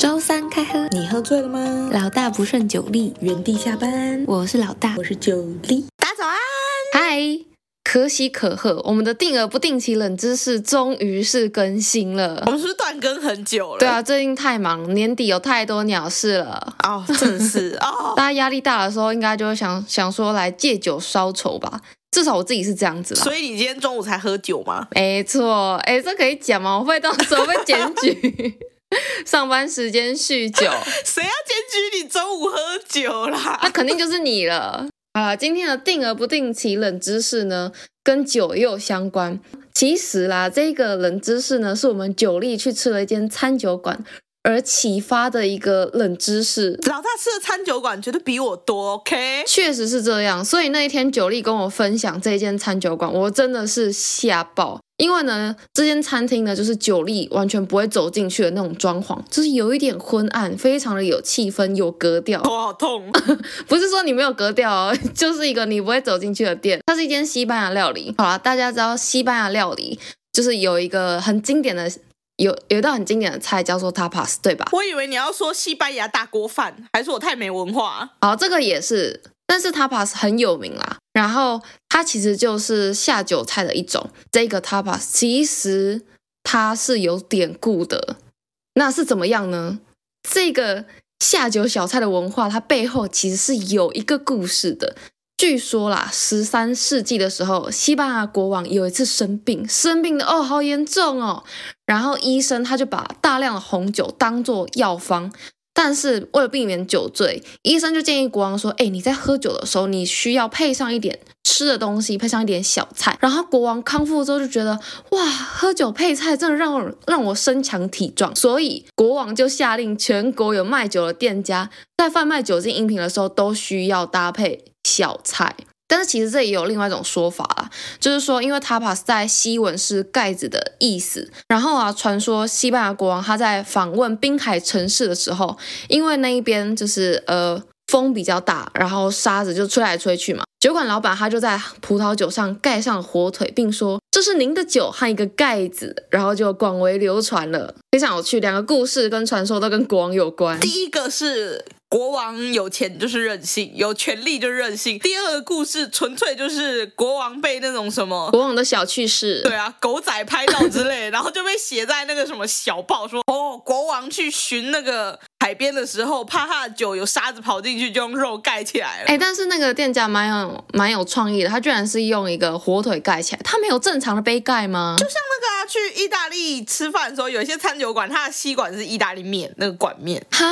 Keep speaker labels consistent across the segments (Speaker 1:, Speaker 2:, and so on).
Speaker 1: 周三开喝，
Speaker 2: 你喝醉了吗？
Speaker 1: 老大不顺酒力，
Speaker 2: 原地下班，
Speaker 1: 我是老大
Speaker 2: 我，是九力。
Speaker 3: 大家早安！
Speaker 1: 嗨，可喜可贺，我们的定额不定期冷知识终于是更新
Speaker 3: 我
Speaker 1: 了。
Speaker 3: 们是不是断更很久了？
Speaker 1: 对啊，最近太忙，年底有太多鸟事了。
Speaker 3: 哦，真的是 哦，
Speaker 1: 大家压力大的时候，应该就会想想说来借酒消愁吧。至少我自己是这样子啦。
Speaker 3: 所以你今天中午才喝酒吗？
Speaker 1: 没错，哎，这可以讲吗？我会到时候被检举。 上班时间酗酒，
Speaker 3: 谁要检举你中午喝酒
Speaker 1: 那
Speaker 3: 啦？
Speaker 1: 肯定就是你了。 好了，今天的定额不定期冷知识呢，跟酒也有相关。其实啦，这个冷知识呢，是我们酒力去吃了一间餐酒馆而启发的一个冷知识。
Speaker 3: 老大吃的餐酒馆绝对比我多，OK？
Speaker 1: 确实是这样，所以那一天九力跟我分享这间餐酒馆，我真的是吓爆。因为呢，这间餐厅呢，就是九力完全不会走进去的那种装潢，就是有一点昏暗，非常的有气氛，有格调。
Speaker 3: 头好 痛，
Speaker 1: 不是说你没有格调哦， 就是一个你不会走进去的店。它是一间西班牙料理。好啦，大家知道西班牙料理就是有一个很经典的，有有一道很经典的菜叫做 tapas，对吧？
Speaker 3: 我以为你要说西班牙大锅饭，还是我太没文化？
Speaker 1: 好，哦这个也是，但是 tapas 很有名啦。然后它其实就是下酒菜的一种。这个 tapas 其实它是有典故的，那是怎么样呢？这个下酒小菜的文化，它背后其实是有一个故事的。据说啦，十三世纪的时候，西班牙国王有一次生病，生病的哦，好严重哦。然后医生他就把大量的红酒当做药方，但是为了避免酒醉，医生就建议国王说：“哎、你在喝酒的时候，你需要配上一点吃的东西，配上一点小菜。”然后国王康复之后就觉得，哇，喝酒配菜真的让我让我身强体壮，所以国王就下令全国有卖酒的店家在贩卖酒精饮品的时候都需要搭配小菜。但是其实这也有另外一种说法啦，就是说，因为 tapas 在西文是盖子的意思，然后啊，传说西班牙国王他在访问滨海城市的时候，因为那一边就是呃风比较大，然后沙子就吹来吹去嘛。酒馆老板他就在葡萄酒上盖上火腿，并说这是您的酒和一个盖子，然后就广为流传了，非常有趣。两个故事跟传说都跟国王有关。
Speaker 3: 第一个是国王有钱就是任性，有权力就任性；第二个故事纯粹就是国王被那种什么
Speaker 1: 国王的小趣事，
Speaker 3: 对啊，狗仔拍照之类的，然后就被写在那个什么小报说， 哦，国王去寻那个海边的时候，怕他的酒有沙子跑进去，就用肉盖起来了。
Speaker 1: 哎，但是那个店家蛮有蛮有创意的，他居然是用一个火腿盖起来，他没有正常的杯盖吗？
Speaker 3: 那个啊，去意大利吃饭的时候，有一些餐酒馆，它的吸管是意大利面那个管面，
Speaker 1: 哈，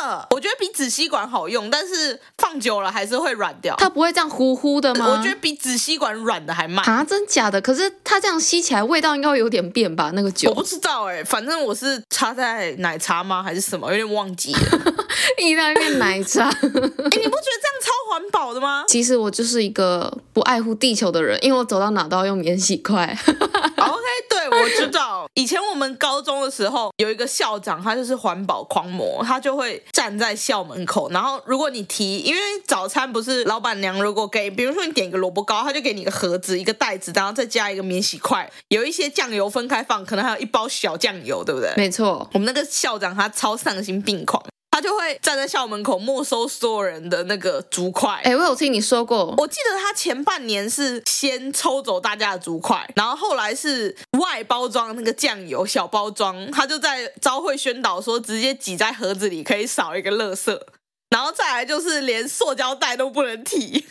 Speaker 3: 呃，我觉得比纸吸管好用，但是放久了还是会软掉。
Speaker 1: 他不会这样呼呼的吗？
Speaker 3: 我觉得比纸吸管软的还慢。
Speaker 1: 啊，真假的？可是它这样吸起来，味道应该会有点变吧？那个
Speaker 3: 我
Speaker 1: 酒
Speaker 3: 不，知道哎、反正我是插在奶茶吗，还是什么，有点忘记 了。
Speaker 1: 意大利面奶茶。
Speaker 3: 哎、你不觉得这样超环保的吗？
Speaker 1: 其实我就是一个不爱护地球的人，因为我走到哪都要用免洗筷。
Speaker 3: OK，对，我知道。以前我们高中的时候，有一个校长，他就是环保狂魔，他就会站在校门口，然后如果你提，因为早餐不是老板娘如果给，比如说你点一个萝卜糕，他就给你一个盒子、一个袋子，然后再加一个免洗筷，有一些酱油分开放，可能还有一包小酱油，对不对？
Speaker 1: 没错，
Speaker 3: 我们那个校长他超丧心病狂，他就会站在校门口没收所有人的那个竹筷。
Speaker 1: 哎，我有听你说过，
Speaker 3: 我记得他前半年是先抽走大家的竹筷，然后后来是外包装那个酱油小包装，他就在招会宣导说，直接挤在盒子里可以少一个垃圾，然后再来就是连塑胶袋都不能提。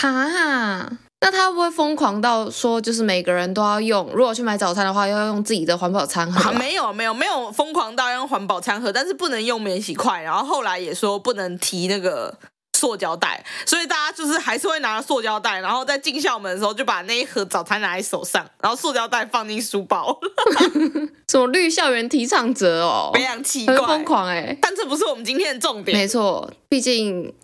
Speaker 1: 哈。那他会不会疯狂到说，就是每个人都要用？如果去买早餐的话，要用自己的环保餐盒啊、
Speaker 3: 啊、没有没有没有疯狂到用环保餐盒，但是不能用免洗筷，然后后来也说不能提那个。塑胶袋，所以大家就是还是会拿塑胶袋，然后在进校门的时候就把那一盒早餐拿在手上，然后塑胶袋放进书包，
Speaker 1: 什么绿校园提倡者哦，
Speaker 3: 非常奇怪，
Speaker 1: 很疯狂哎、
Speaker 3: 但这不是我们今天的重点。
Speaker 1: 没错，毕竟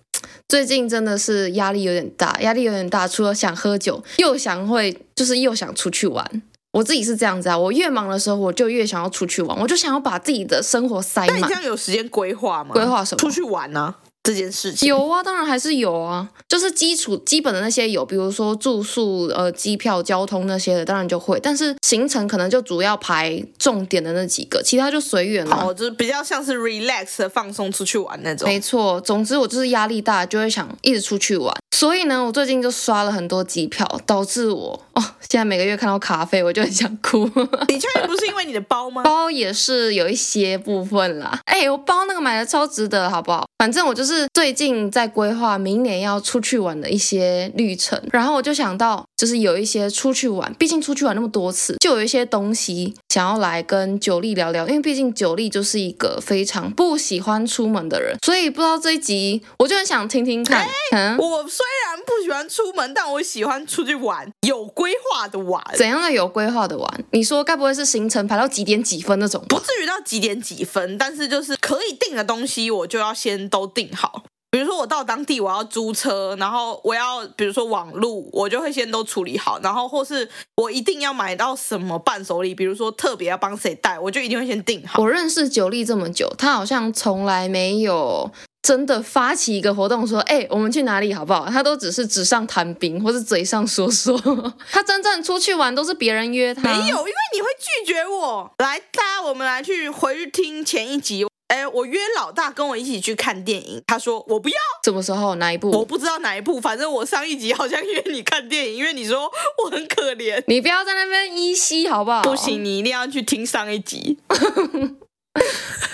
Speaker 1: 最近真的是压力有点大，压力有点大。除了想喝酒，又想会，就是又想出去玩。我自己是这样子啊，我越忙的时候，我就越想要出去玩，我就想要把自己的生活塞
Speaker 3: 那你
Speaker 1: 满
Speaker 3: 这。样有时间规划吗？
Speaker 1: 规划什么
Speaker 3: 出去玩呢、啊这件事情？
Speaker 1: 有啊，当然还是有啊，就是基础基本的那些有，比如说住宿、呃机票、交通那些的，当然就会。但是行程可能就主要排重点的那几个，其他就随缘了。
Speaker 3: 哦，就是比较像是 relax 的放松出去玩那
Speaker 1: 啊
Speaker 3: 种。
Speaker 1: 没错，总之我就是压力大，就会想一直出去玩。所以呢，我最近就刷了很多机票，导致我哦，现在每个月看到卡费我就很想哭。
Speaker 3: 你确定不是因为你的包吗？
Speaker 1: 包也是有一些部分啦。哎、我包那个买的超值得，好不好？反正我就是最近在规划明年要出去玩的一些旅程，然后我就想到，就是有一些出去玩，毕竟出去玩那么多次，就有一些东西想要来跟九力聊聊，因为毕竟九力就是一个非常不喜欢出门的人，所以不知道这一集我就很想听听看，嗯，
Speaker 3: 我虽然不喜欢出门，但我喜欢出去玩，有规划的玩，
Speaker 1: 怎样的有规划的玩？你说该不会是行程排到几点几分那种吧
Speaker 3: 不？至于到几点几分，但是就是可以定的东西，我就要先都定好。比如说我到当地，我要租车，然后我要比如说网路，我就会先都处理好，然后或是我一定要买到什么伴手礼，比如说特别要帮谁带，我就一定会先定好。
Speaker 1: 我认识九力这么久，他好像从来没有真的发起一个活动说，哎、我们去哪里好不好？他都只是纸上谈兵或是嘴上说说。 他真正出去玩都是别人约他，
Speaker 3: 没有，因为你会拒绝我。来，大家我们来去回去听前一集。哎，我约老大跟我一起去看电影，他说我不要，
Speaker 1: 什么时候哪一
Speaker 3: 我
Speaker 1: 步？
Speaker 3: 不知道哪一部，反正我上一集好像约你看电影，因为你说我很可怜。
Speaker 1: 你不要在那边依稀好不好？
Speaker 3: 不，行，你一定要去听上一集，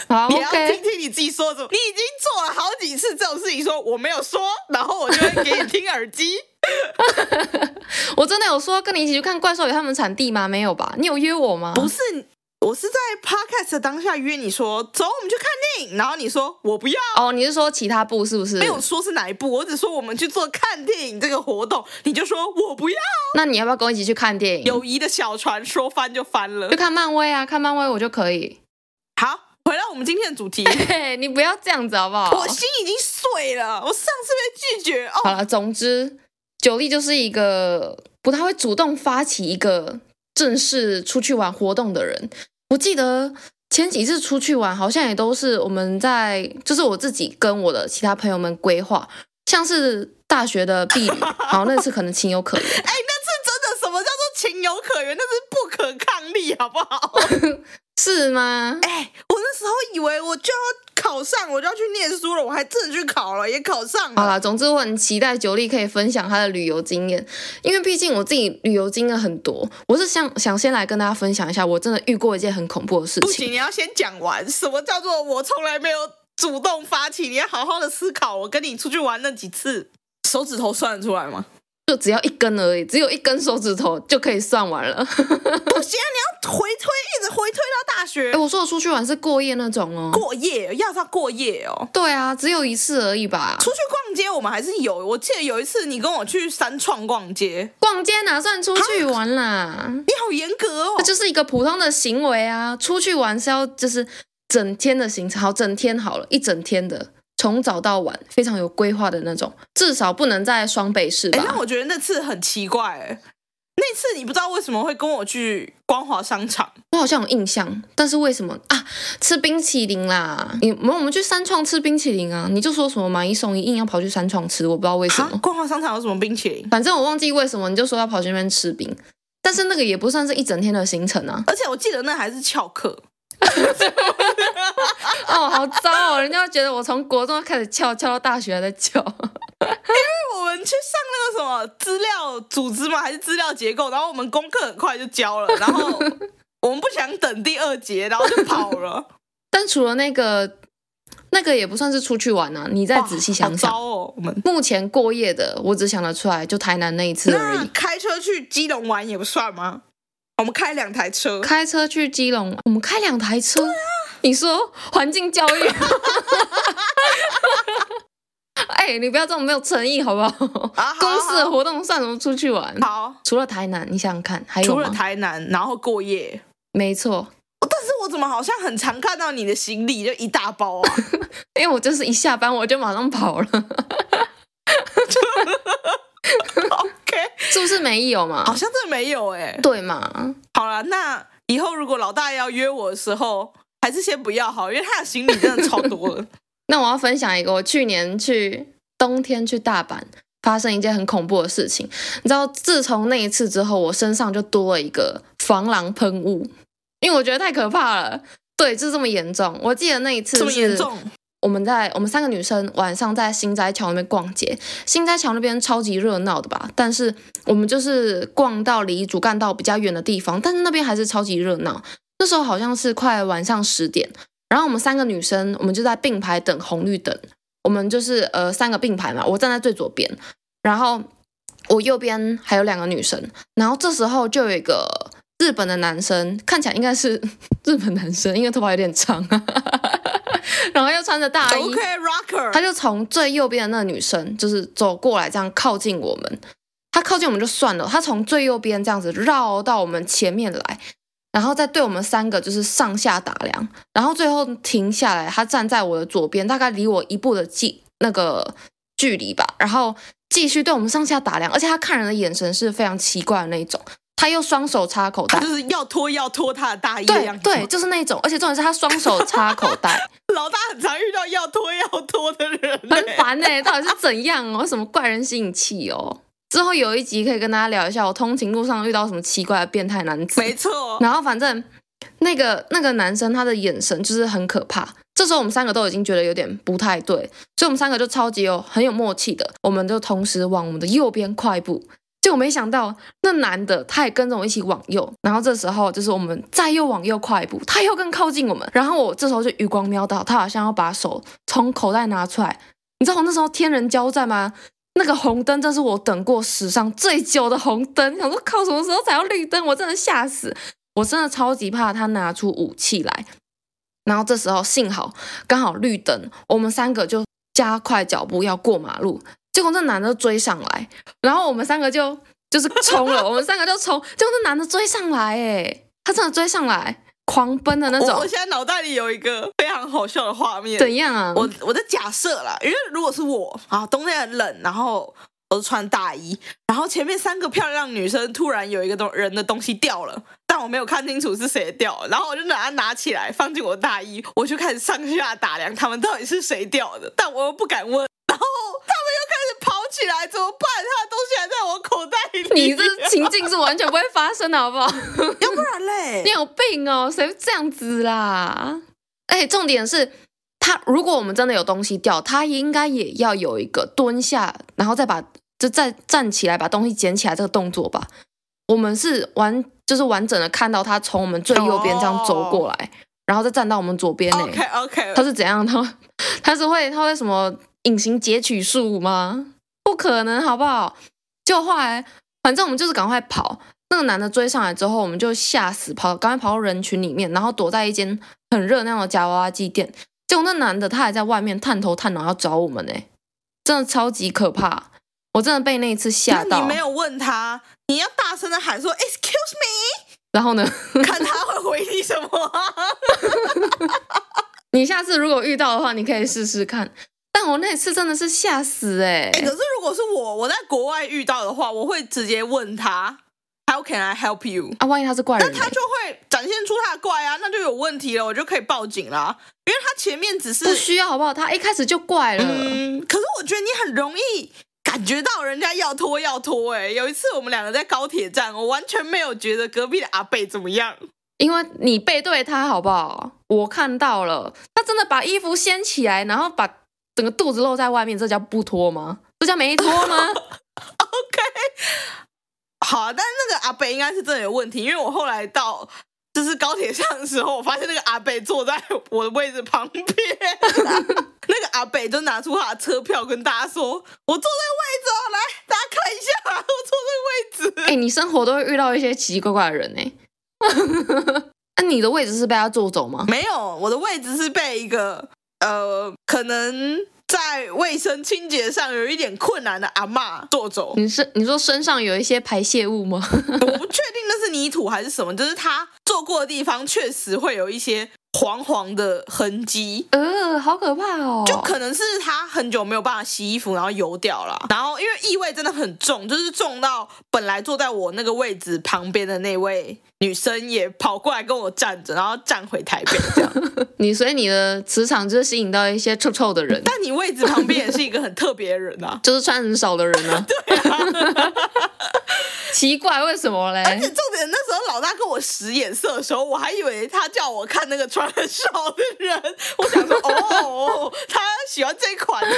Speaker 1: 好
Speaker 3: 你要
Speaker 1: 哦
Speaker 3: 听
Speaker 1: ，OK。
Speaker 3: 听你自己说什么。你已经做了好几次这种事情，说我没有说，然后我就会给你听耳 机。
Speaker 1: 我真的有说跟你一起去看《怪兽与他们产地》吗？没有吧？你有约我吗？
Speaker 3: 不是，我是在 podcast 的当下约你说，走，我们去看电影，然后你说我不要。
Speaker 1: 哦，你是说其他部是不是？
Speaker 3: 没有说是哪一部，我只说我们去做看电影这个活动，你就说我不要。
Speaker 1: 那你要不要跟我一起去看电影？
Speaker 3: 友谊的小船说翻就翻了
Speaker 1: 就。看漫威啊，看漫威我就可 以。
Speaker 3: 好，回到我们今天的主 题，
Speaker 1: 嘿，你不要这样子好不好？
Speaker 3: 我心已经碎了，我上次被拒绝哦，
Speaker 1: 好了，总之，九力就是一个不太会主动发起一个正式出去玩活动的人。我记得前几次出去玩，好像也都是我们在，就是我自己跟我的其他朋友们规划，像是大学的避旅，好，那次可能情有可原。
Speaker 3: 哎，那次真的什么叫做情有可原，那是不可抗力，好不好？
Speaker 1: 是吗？
Speaker 3: 哎，我那时候以为我就要考上，我就要去念书了，我还真的去考了，也考上
Speaker 1: 好
Speaker 3: 了。
Speaker 1: 啦，总之我很期待九力可以分享他的旅游经验，因为毕竟我自己旅游经验很多。我是想想先来跟大家分享一下，我真的遇过一件很恐怖的事
Speaker 3: 不
Speaker 1: 情。
Speaker 3: 行，你要先讲完，什么叫做我从来没有主动发起？你要好好的思考。我跟你出去玩那几次，手指头算得出来吗？
Speaker 1: 就只要一根而已，只有一根手指头就可以算完了。
Speaker 3: 不行啊，你要回推，一直回推到大 学
Speaker 1: 哎，我说我出去玩是过夜那种哦。
Speaker 3: 过夜，要到过夜哦。
Speaker 1: 对啊，只有一次而已吧。
Speaker 3: 出去逛街，我们还是有。我记得有一次你跟我去三创逛街，
Speaker 1: 逛街哪算出去玩啦？
Speaker 3: 你好严格哦
Speaker 1: 这。就是一个普通的行为啊。出去玩是要就是整天的行程，好，整天好了，一整天的，从早到晚，非常有规划的那种。至少不能在双北市
Speaker 3: 哎、
Speaker 1: 吧？
Speaker 3: 那我觉得那次很奇怪、哎，那次你不知道为什么会跟我去光华商场，
Speaker 1: 我好像有印象，但是为什么啊？吃冰淇淋啦！你我们我们去三创吃冰淇淋啊！你就说什么买一送一，硬要跑去三创吃，我不知道为什
Speaker 3: 哈
Speaker 1: 么。
Speaker 3: 啊光华商场有什么冰淇淋？。
Speaker 1: 反正我忘记为什么，你就说要跑去那边吃冰，但是那个也不算是一整天的行程啊
Speaker 3: 而且我记得那还是翘课，
Speaker 1: 哦，好糟哦！人家会觉得我从国中开始翘，翘到大学还在翘。
Speaker 3: 因为我们去上那个什么资料组织嘛，还是资料结构，然后我们功课很快就 交了，然后我们不想等第二节，然后就跑了。
Speaker 1: 但除了那个，那个也不算是出去玩啊。你 再仔细想
Speaker 3: 哇好
Speaker 1: 想，
Speaker 3: 糟哦，我们。
Speaker 1: 目前过夜的，我只想得出来就台南那一次而
Speaker 3: 那
Speaker 1: 已。
Speaker 3: 开车去基隆玩也不算吗？我们开两台车，
Speaker 1: 开车去基隆，我们开两台车。你说环境教 育？哎、你不要这么没有诚意好不好？
Speaker 3: 啊好
Speaker 1: 公司的
Speaker 3: 好
Speaker 1: 活动算什么出去玩？
Speaker 3: 好，
Speaker 1: 除了台南，你想想看，还有
Speaker 3: 除
Speaker 1: 吗？
Speaker 3: 了台南，然后过夜。
Speaker 1: 没错，
Speaker 3: 但是我怎么好像很常看到你的行李就一大包 啊？
Speaker 1: 因为我就是一下班我就马上跑了，
Speaker 3: OK，
Speaker 1: 是不是没有
Speaker 3: 好
Speaker 1: 嘛？
Speaker 3: 像真的没有哎、
Speaker 1: 对嘛？
Speaker 3: 好了，那以后如果老大要约我的时候，还是先不要好，因为他的行李真的超多了。
Speaker 1: 那我要分享一个，我去年去冬天去大阪，发生一件很恐怖的事情。你知道，自从那一次之后，我身上就多了一个防狼喷雾，因为我觉得太可怕了。对，就这么严重。我记得那一次
Speaker 3: 这么严
Speaker 1: 是
Speaker 3: 重？
Speaker 1: 我们在我们三个女生晚上在新斋桥那边逛街，新斋桥那边超级热闹的吧？但是我们就是逛到离主干道比较远的地方，但是那边还是超级热闹。那时候好像是快晚上十点，然后我们三个女生，我们就在并排等红绿灯。我们就是呃三个并排嘛，我站在最左边，然后我右边还有两个女生，然后这时候就有一个日本的男生，看起来应该是 日本男生，因为头发有点长、啊， 然后又穿着大衣
Speaker 3: OK rocker，
Speaker 1: 他就从最右边的那个女生就是走过来，这样靠近我们。他靠近我们就算了，他从最右边这样子绕到我们前面来，然后再对我们三个就是上下打量，然后最后停下来，他站在我的左边，大概离我一步的距那个距离吧，然后继续对我们上下打量，而且他看人的眼神是非常奇怪的那一种，他又双手插口
Speaker 3: 他
Speaker 1: 袋
Speaker 3: 就。是要脱要脱他的大衣的
Speaker 1: 对
Speaker 3: 样子。
Speaker 1: 对，，就是那一种，而且重点是他双手插口袋，
Speaker 3: 老大很常遇到要脱要脱的人、
Speaker 1: 很
Speaker 3: 欸，
Speaker 1: 烦呢、到底是怎样哦？什么怪人吸引器哦？之后有一集可以跟大家聊一下，我通勤路上遇到什么奇怪的变态男子。
Speaker 3: 没错。
Speaker 1: 然后反正那个那个男生他的眼神就是很可怕。这时候我们三个都已经觉得有点不太对，所以我们三个就超级有很有默契的，我们就同时往我们的右边快步。结果没想到那男的他也跟着我一起往右，然后这时候就是我们再又往右快步，他又更靠近我们。然后我这时候就余光瞄到他好像要把手从口袋拿出来，你知道我那时候天人交战吗？那个红灯真是我等过史上最久的红灯，想说靠，什么时候才要绿灯？我真的吓死！我真的超级怕他拿出武器来。然后这时候幸好刚好绿灯，我们三个就加快脚步要过马路，结果那男的追上来，然后我们三个就就是冲了，我们三个就冲，结果那男的追上来，哎，他真的追上来，狂奔的那
Speaker 3: 我
Speaker 1: 种
Speaker 3: 我，现在脑袋里有一个非常好笑的画面，
Speaker 1: 怎样啊？
Speaker 3: 我我在假设啦，因为如果是我啊，冬天很冷，然后我是穿大衣，然后前面三个漂亮女生突然有一个东人的东西掉了，但我没有看清楚是谁掉，然后我就拿它拿起来放进我的大衣，我就开始上下打量他们到底是谁掉的，但我又不敢问，然后他们又开始跑起来，怎么办？他的东西还在我口袋里，
Speaker 1: 你这情境是完全不会发生的，好不好？
Speaker 3: 要不然嘞
Speaker 1: 你，有病哦，谁会这样子啦？哎，重点是他，如果我们真的有东西掉，他应该也要有一个蹲下，然后再把就再站起来把东西捡起来这个动作吧。我们是完就是完整的看到他从我们最右边这样走过来然后再站到我们左边呢、
Speaker 3: OK OK，
Speaker 1: 他是怎样？他他是会他会什么隐形截取术吗？不可能，好不好？就后来，反正我们就是赶快跑。那个男的追上来之后，我们就吓死，跑，赶快跑到人群里面，然后躲在一间很热闹的夹娃娃机店。结果那男的他还在外面探头探脑要找我们呢、真的超级可怕！我真的被那一次吓
Speaker 3: 那
Speaker 1: 到
Speaker 3: 你。没有问他，你要大声的喊说 Excuse me。
Speaker 1: 然后呢，
Speaker 3: 看他会回你什么、
Speaker 1: 你下次如果遇到的话，你可以试试看。但我那一次真的是吓死哎、
Speaker 3: 欸可是如果是我，我在国外遇到的话，我会直接问他 How can I help you？
Speaker 1: 啊，万一他是怪人、欸，
Speaker 3: 但他就会展现出他的怪啊，那就有问题了，我就可以报警啦。因为他前面只是
Speaker 1: 不需要好不好？他一开始就怪了，
Speaker 3: 嗯，可是我觉得你很容易感觉到人家要拖要拖、欸。哎，有一次我们两个在高铁站，我完全没有觉得隔壁的阿贝怎么样。
Speaker 1: 因为你背对他好不好？我看到了，他真的把衣服掀起来，然后把整个肚子露在外面，这叫不脱吗？这叫没脱 吗？
Speaker 3: OK，好，但是那个阿北应该是真的有问题，因为我后来到就是高铁上的时候，我发现那个阿北坐在我的位置旁边，啊 那个阿北就拿出他的车票跟大家说：“我坐这个位置哦，来，大家看一下，我坐这个位
Speaker 1: 哎、
Speaker 3: 置。
Speaker 1: 你生活都会遇到一些奇奇怪怪的人哎、 那、你的位置是被他坐走吗？
Speaker 3: 没有，我的位置是被一个呃，可能在卫生清洁上有一点困难的阿嬷坐 走。
Speaker 1: 你是你说身上有一些排泄物吗？
Speaker 3: 我不确定那是泥土还是什么，就是他坐过的地方确实会有一些黄黄的痕迹。
Speaker 1: 呃，好可怕哦！
Speaker 3: 就可能是他很久没有办法洗衣服，然后油掉了。然后因为异味真的很重，就是重到本来坐在我那个位置旁边的那位女生也跑过来跟我站着，然后站回台北这样。
Speaker 1: 你所以你的磁场就是吸引到一些臭臭的 人，
Speaker 3: 但你位置旁边也是一个很特别的人啊。
Speaker 1: 就是穿很少的人啊。 对啊，奇怪，为什么
Speaker 3: 而且
Speaker 1: 嘞？
Speaker 3: 重点，那时候老大跟我使眼色的时候，我还以为他叫我看那个穿很少的人，我想说哦，他喜欢这一款哦，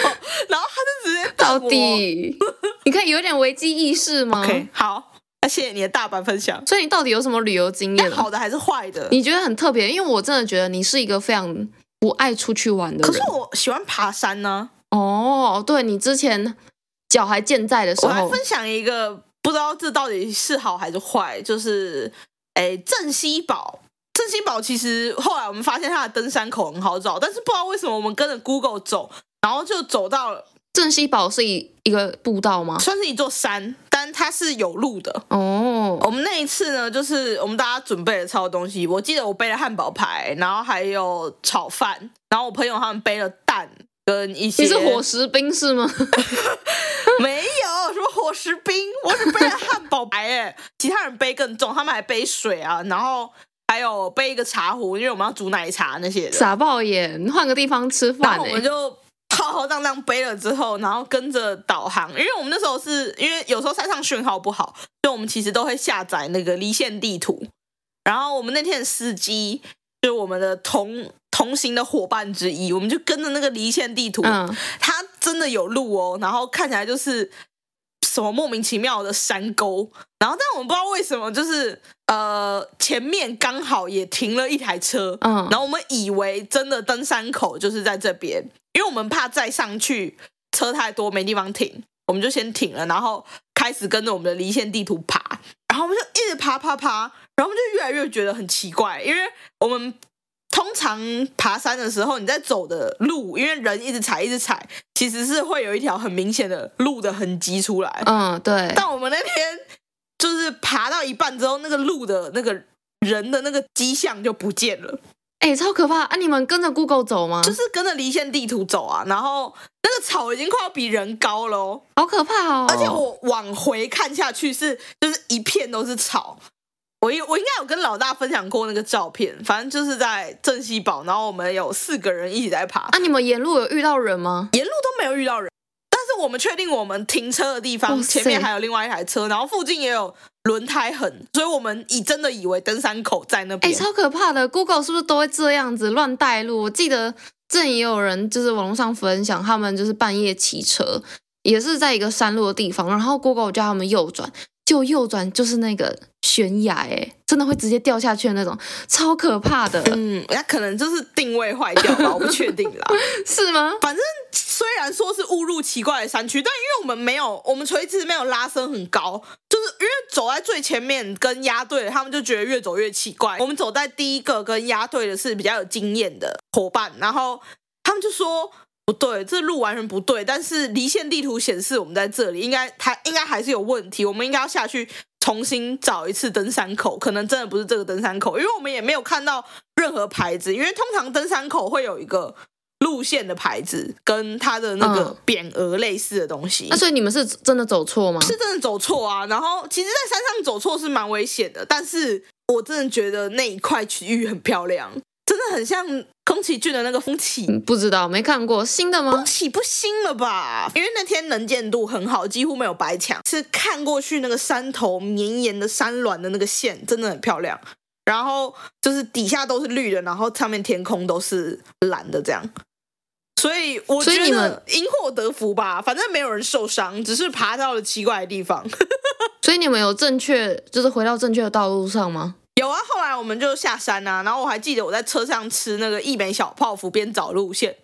Speaker 3: 然后他就直接
Speaker 1: 到
Speaker 3: 瞪我。
Speaker 1: 底 你可以有点危机意识吗
Speaker 3: OK 好，那谢谢你的大阪分享，
Speaker 1: 所以你到底有什么旅游经验
Speaker 3: 但
Speaker 1: 啊？
Speaker 3: 哎好的还是坏的？
Speaker 1: 你觉得很特别，因为我真的觉得你是一个非常不爱出去玩的
Speaker 3: 可
Speaker 1: 人。
Speaker 3: 是我喜欢爬山呢、
Speaker 1: 哦，对你之前脚还健在的时
Speaker 3: 我还
Speaker 1: 候，
Speaker 3: 分享一个，不知道这到底是好还是坏，就是，哎，镇西堡。镇西堡其实后来我们发现它的登山口很好找，但是不知道为什么我们跟着 Google 走，然后就走到了
Speaker 1: 镇西堡是一一个步道吗？
Speaker 3: 算是一座山，但它是有路的。
Speaker 1: 哦，
Speaker 3: 我们那一次呢，就是我们大家准备了超多东西。我记得我背了汉堡排，然后还有炒饭，然后我朋友他们背了蛋跟一些。
Speaker 1: 你是伙食兵是吗？
Speaker 3: 没有什么伙食兵，我只背了汉堡排哎， 其他人背更重，他们还背水啊，然后还有背一个茶壶，因为我们要煮奶茶那些的。
Speaker 1: 傻爆眼，换个地方吃
Speaker 3: 然
Speaker 1: 饭
Speaker 3: 后我
Speaker 1: 哎、
Speaker 3: 们就浩浩荡荡背了之后，然后跟着导航，因为我们那时候是因为有时候山上讯号不好，所以我们其实都会下载那个离线地图。然后我们那天的司机就是我们的同同行的伙伴之一，我们就跟着那个离线地图，
Speaker 1: 嗯，
Speaker 3: 它真的有路哦，然后看起来就是什么莫名其妙的山沟，然后但我们不知道为什么，就是呃前面刚好也停了一台车，
Speaker 1: 嗯
Speaker 3: 然后我们以为真的登山口就是在这边，因为我们怕再上去车太多没地方停，我们就先停了，然后开始跟着我们的离线地图爬，然后我们就一直爬爬爬，然后我们就越来越觉得很奇怪，因为我们通常爬山的时候，你在走的路，因为人一直踩一直踩，其实是会有一条很明显的路的痕迹出来。
Speaker 1: 嗯，对，
Speaker 3: 但我们那天就是爬到一半之后，那个路的那个人的那个迹象就不见了，
Speaker 1: 哎、超可怕啊！你们跟着 Google 走吗？
Speaker 3: 就是跟着离线地图走啊，然后那个草已经快要比人高了哦。
Speaker 1: 好可怕哦！
Speaker 3: 而且我往回看下去是就是一片都是草。我应我应该有跟老大分享过那个照片，反正就是在镇西堡，然后我们有四个人一起在爬，
Speaker 1: 啊，你们沿路有遇到人吗？
Speaker 3: 沿路都没有遇到人，但是我们确定我们停车的地
Speaker 1: 哇
Speaker 3: 方
Speaker 1: 塞
Speaker 3: 前面还有另外一台车，然后附近也有轮胎痕，所以我们以真的以为登山口在那
Speaker 1: 哎、
Speaker 3: 边。
Speaker 1: 超可怕的！Google 是不是都会这样子乱带路？我记得之前也有人就是网络上分享，他们就是半夜骑车，也是在一个山路的地方，然后 Google 叫他们右转，就右转就是那个悬崖、哎，真的会直接掉下去的那种，超可怕的，
Speaker 3: 嗯，那可能就是定位坏掉吧，我不确定 啦。
Speaker 1: 是吗？
Speaker 3: 反正虽然说是误入奇怪的山区，但因为我们没有，我们垂直没有拉升很高，就是因为走在最前面跟压队的，他们就觉得越走越奇怪。我们走在第一个跟压队的是比较有经验的伙伴，然后他们就说。不对，这路完全不对。但是离线地图显示我们在这里，应该它应该还是有问题。我们应该要下去重新找一次登山口，可能真的不是这个登山口，因为我们也没有看到任何牌子。因为通常登山口会有一个路线的牌子跟它的那
Speaker 1: 嗯
Speaker 3: 个匾额类似的东西。
Speaker 1: 那所以你们是真的走错吗？
Speaker 3: 是真的走错啊。然后其实，在山上走错是蛮危险的，但是我真的觉得那一块区域很漂亮，真的很像宫崎骏的那个风起。
Speaker 1: 嗯不知道，没看过新的吗
Speaker 3: 风？起哦不新了吧？因为那天能见度很好，几乎没有白墙，是看过去那个山头绵延的山峦的那个线，真的很漂亮。然后就是底下都是绿的，然后上面天空都是蓝的，这样。所以我
Speaker 1: 所以
Speaker 3: 觉
Speaker 1: 你们
Speaker 3: 得因祸得福吧，反正没有人受伤，只是爬到了奇怪的地方。
Speaker 1: 所以你们有正确，就是回到正确的道路上吗？
Speaker 3: 有啊，后来我们就下山啊，然后我还记得我在车上吃那个一美小泡芙，边找路线。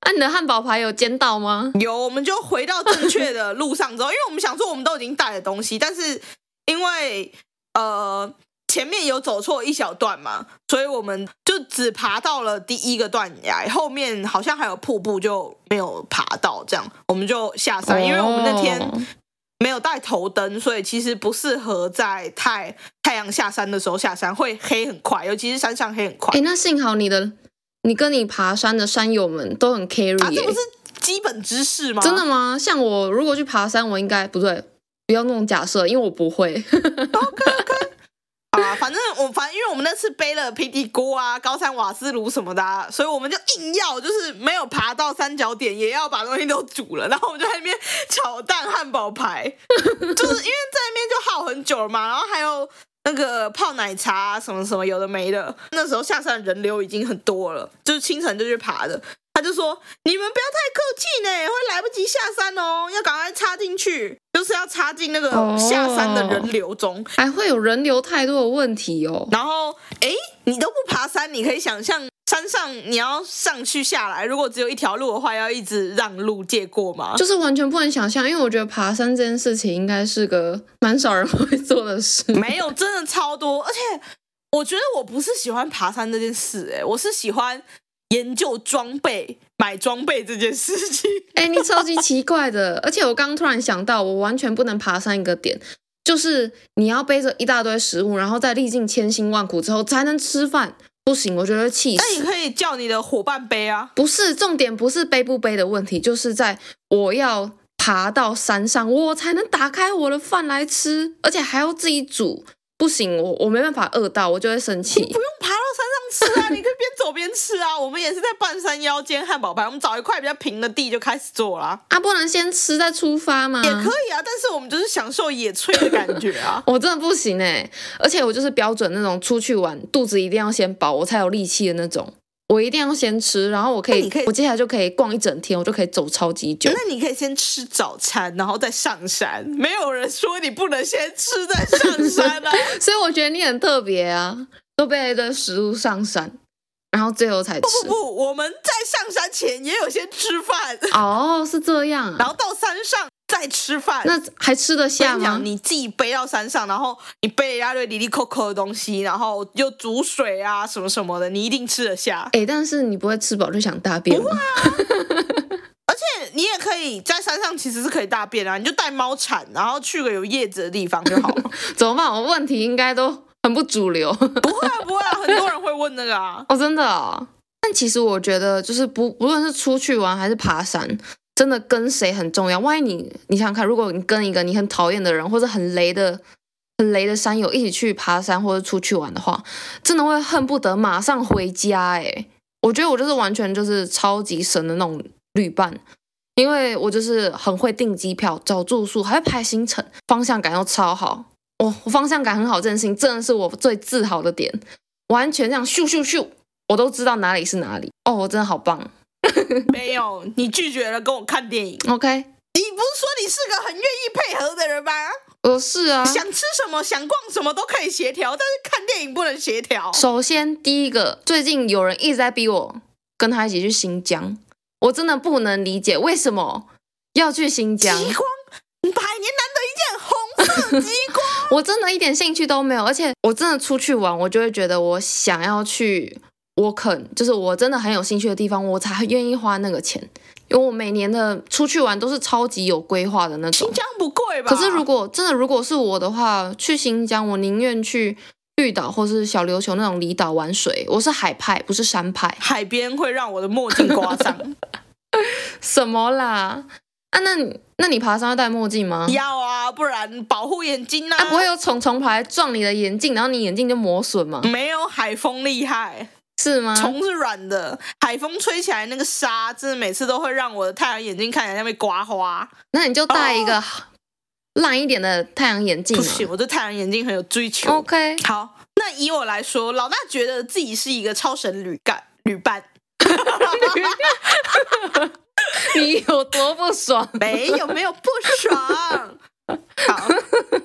Speaker 1: 啊，你的汉堡牌有煎到吗？
Speaker 3: 有，我们就回到正确的路上之后，因为我们想说我们都已经带了东西，但是因为呃前面有走错一小段嘛，所以我们就只爬到了第一个断崖，后面好像还有瀑布就没有爬到，这样我们就下山，因为我们那天
Speaker 1: 哦
Speaker 3: 没有带头灯，所以其实不适合在太太阳下山的时候下山，会黑很快，尤其是山上黑很快。
Speaker 1: 哎，那幸好你的，你跟你爬山的山友们都很 carry
Speaker 3: 啊，
Speaker 1: 耶
Speaker 3: 这不是基本知识吗？
Speaker 1: 真的吗？像我如果去爬山，我应该不对，不要弄假设，因为我不会。
Speaker 3: 啊，反正我反正因为我们那次背了平底锅啊、高山瓦斯炉什么的、啊，所以我们就硬要就是没有爬到三角点，也要把东西都煮了。然后我们就在那边炒蛋汉堡排， 就是因为在那边就耗很久了嘛。然后还有那个泡奶茶、啊、什么什么有的没的。那时候下山人流已经很多了，就是清晨就去爬的。他就说：“你们不要太客气呢，会来不及下山哦，要赶快插进去，就是要插进那个
Speaker 1: 哦
Speaker 3: 下山的人流中。
Speaker 1: 还会有人流太多的问题哦。
Speaker 3: 然后，哎，你都不爬山，你可以想象山上你要上去下来，如果只有一条路的话，要一直让路借过吗？
Speaker 1: 就是完全不能想象，因为我觉得爬山这件事情应该是个蛮少人 会做的事。
Speaker 3: 没有，真的超多。而且，我觉得我不是喜欢爬山这件事、诶我是喜欢研究装备、买装备这件事 情。
Speaker 1: 哎、你超级奇怪的，而且我刚突然想到，我完全不能爬山一个点，就是你要背着一大堆食物，然后再历尽千辛万苦之后才能吃饭，不行，我觉得气死
Speaker 3: 那。你可以叫你的伙伴背啊。
Speaker 1: 不是重点，不是背不背的问题，就是在我要爬到山上，我才能打开我的饭来吃，而且还要自己煮。不行，我我没办法饿到，我就会生气。
Speaker 3: 不用爬到山上吃啊，你可以边走边吃啊。我们也是在半山腰间汉堡排，我们找一块比较平的地就开始做啦。
Speaker 1: 啊，不能先吃再出发吗？
Speaker 3: 也可以啊，但是我们就是享受野炊的感觉啊。
Speaker 1: 我真的不行哎、而且我就是标准那种出去玩肚子一定要先饱，我才有力气的那种。我一定要先吃，然后我可
Speaker 3: 那
Speaker 1: 以，
Speaker 3: 你可以
Speaker 1: 我接下来就可以逛一整天，我就可以走超级久。
Speaker 3: 那你可以先吃早餐，然后再上山。 没有人说你不能先吃再上山 啊。
Speaker 1: 所以我觉得你很特别啊，都被一堆食物上山，然后最后才吃。
Speaker 3: 不不，我们在上山前也有先吃饭，
Speaker 1: 哦，是这样
Speaker 3: 然
Speaker 1: 啊，
Speaker 3: 后到山上再吃饭。
Speaker 1: 那啊还吃得
Speaker 3: 我
Speaker 1: 下
Speaker 3: 跟你
Speaker 1: 吗
Speaker 3: 讲，？你自己背到山上，然后你背了一大堆里里扣扣的东西，然后又煮水啊什么什么的，你一定吃得下。
Speaker 1: 哎、但是你不会吃饱就想大便吗？
Speaker 3: 啊你也可以在山上，其实是可以大便啊，你就带猫铲，然后去个有叶子的地方就好了。
Speaker 1: 怎么办？我问题应该都很不主流。
Speaker 3: 不会啊，不会啊，很多人会问那个啊。
Speaker 1: 哦，真的、哦。但其实我觉得，就是不不论是出去玩还是爬山，真的跟谁很重要。万一你你想想看，如果你跟一个你很讨厌的人或者很雷的、很雷的山友一起去爬山或者出去玩的话，真的会恨不得马上回家。哎，我觉得我就是完全就是超级神的那种旅伴。因为我就是很会订机票、找住宿，还会排行程，方向感又超好。我、我方向感很好，这件事情真的是我最自豪的点。完全这样咻咻咻，我都知道哪里是哪里。哦，我真的好棒。
Speaker 3: 没有，你拒绝了跟我看电影。
Speaker 1: OK，
Speaker 3: 你不是说你是个很愿意配合的人吗？
Speaker 1: 我是啊。
Speaker 3: 想吃什么、想逛什么都可以协调，但是看电影不能协调。
Speaker 1: 首先第一个，最近有人一直在逼我跟他一起去新疆，我真的不能理解为什么要去新疆。
Speaker 3: 极光，百年难得一见红色极光。
Speaker 1: 我真的一点兴趣都没有，而且我真的出去玩，我就会觉得我想要去，我肯就是我真的很有兴趣的地方，我才愿意花那个钱，因为我每年的出去玩都是超级有规划的那种
Speaker 3: 新。疆不贵吧？
Speaker 1: 可是如果真的如果是我的话，去新疆，我宁愿去绿岛或是小琉球那种离岛玩水。我是海派，不是山派。
Speaker 3: 海边会让我的墨镜刮伤，
Speaker 1: 什么啦？啊，那你那你爬山要戴墨镜吗？
Speaker 3: 要啊，不然保护眼睛啊。
Speaker 1: 啊，不会有虫虫跑来撞你的眼镜，然后你眼镜就磨损吗？
Speaker 3: 没有海风厉害，
Speaker 1: 是吗？
Speaker 3: 虫是软的，海风吹起来那个沙，真的每次都会让我的太阳眼镜看起来像被刮花。
Speaker 1: 那你就戴一个烂一点的太阳眼镜
Speaker 3: 不
Speaker 1: 嘛。
Speaker 3: 行，我对太阳眼镜很有追求。
Speaker 1: OK，
Speaker 3: 好，那以我来说，老大觉得自己是一个超神旅干旅伴，
Speaker 1: 你有多不爽？
Speaker 3: 没有没有不爽。好，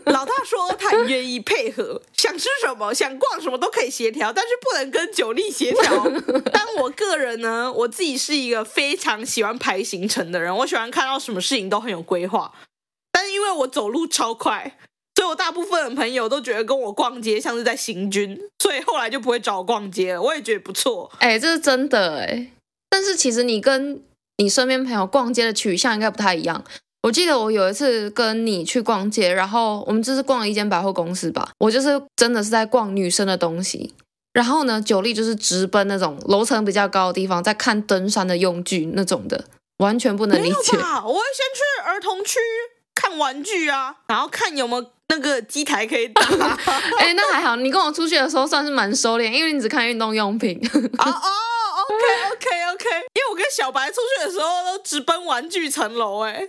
Speaker 3: 老大说他愿意配合，想吃什么、想逛什么都可以协调，但是不能跟酒力协调。但我个人呢，我自己是一个非常喜欢排行程的人，我喜欢看到什么事情都很有规划。但是因为我走路超快，所以我大部分的朋友都觉得跟我逛街像是在行军，所以后来就不会找我逛街了。我也觉得不错，
Speaker 1: 哎、这是真的哎、但是其实你跟你身边朋友逛街的取向应该不太一样。我记得我有一次跟你去逛街，然后我们就是逛了一间百货公司吧，我就是真的是在逛女生的东西。然后呢，九力就是直奔那种楼层比较高的地方，在看登山的用具那种的，完全不能
Speaker 3: 没
Speaker 1: 理
Speaker 3: 有
Speaker 1: 解。
Speaker 3: 吧？我会先去儿童区看玩具啊，然后看有没有那个机台可以 打。
Speaker 1: 哎、那还好，你跟我出去的时候算是蛮收敛，因为你只看运动用品。
Speaker 3: 哦哦，OK OK OK，因为我跟小白出去的时候都直奔玩具城楼、哎，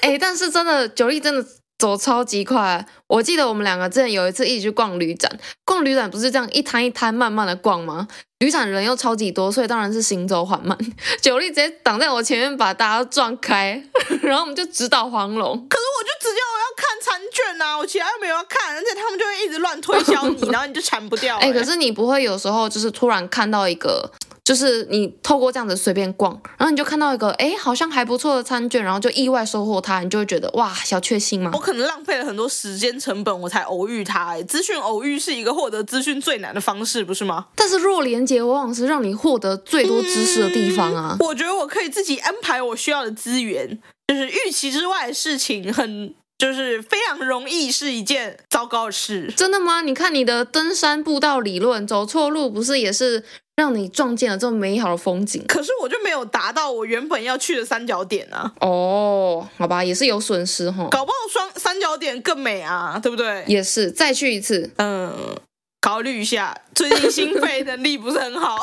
Speaker 1: 哎、但是真的九力真的走超级快。我记得我们两个之前有一次一起去逛旅展，逛旅展不是这样一摊一摊慢慢的逛吗？旅展人又超级多，所以当然是行走缓慢。九力直接挡在我前面，把大家撞开， 然后我们就直捣黄龙。
Speaker 3: 可是我就只叫我要看餐券啊，我其他又没有要看，而且他们就会一直乱推 销你，然后你就缠不掉、
Speaker 1: 哎、
Speaker 3: 哎
Speaker 1: 可是你不会有时候就是突然看到一个，就是你透过这样子随便逛，然后你就看到一个哎、好像还不错的餐券，然后就意外收获它，你就会觉得哇小确幸嘛
Speaker 3: 我。可能浪费了很多时间成本，我才偶遇他、哎，资讯偶遇是一个获得资讯最难的方式，不是吗？
Speaker 1: 但是弱连接往往是让你获得最多知识的地方啊。
Speaker 3: 我觉得我可以自己安排我需要的资源，就是预期之外的事情很。就是非常容易是一件糟糕的事，
Speaker 1: 真的吗？你看你的登山步道理论，走错路不是也是让你撞见了这么美好的风景？
Speaker 3: 可是我就没有达到我原本要去的三角点啊，
Speaker 1: 哦，好吧，也是有损失哈。
Speaker 3: 搞不好双三角点更美啊，对不对？
Speaker 1: 哦也是，再去一次。
Speaker 3: 嗯，考虑一下，最近心肺能力不是很好，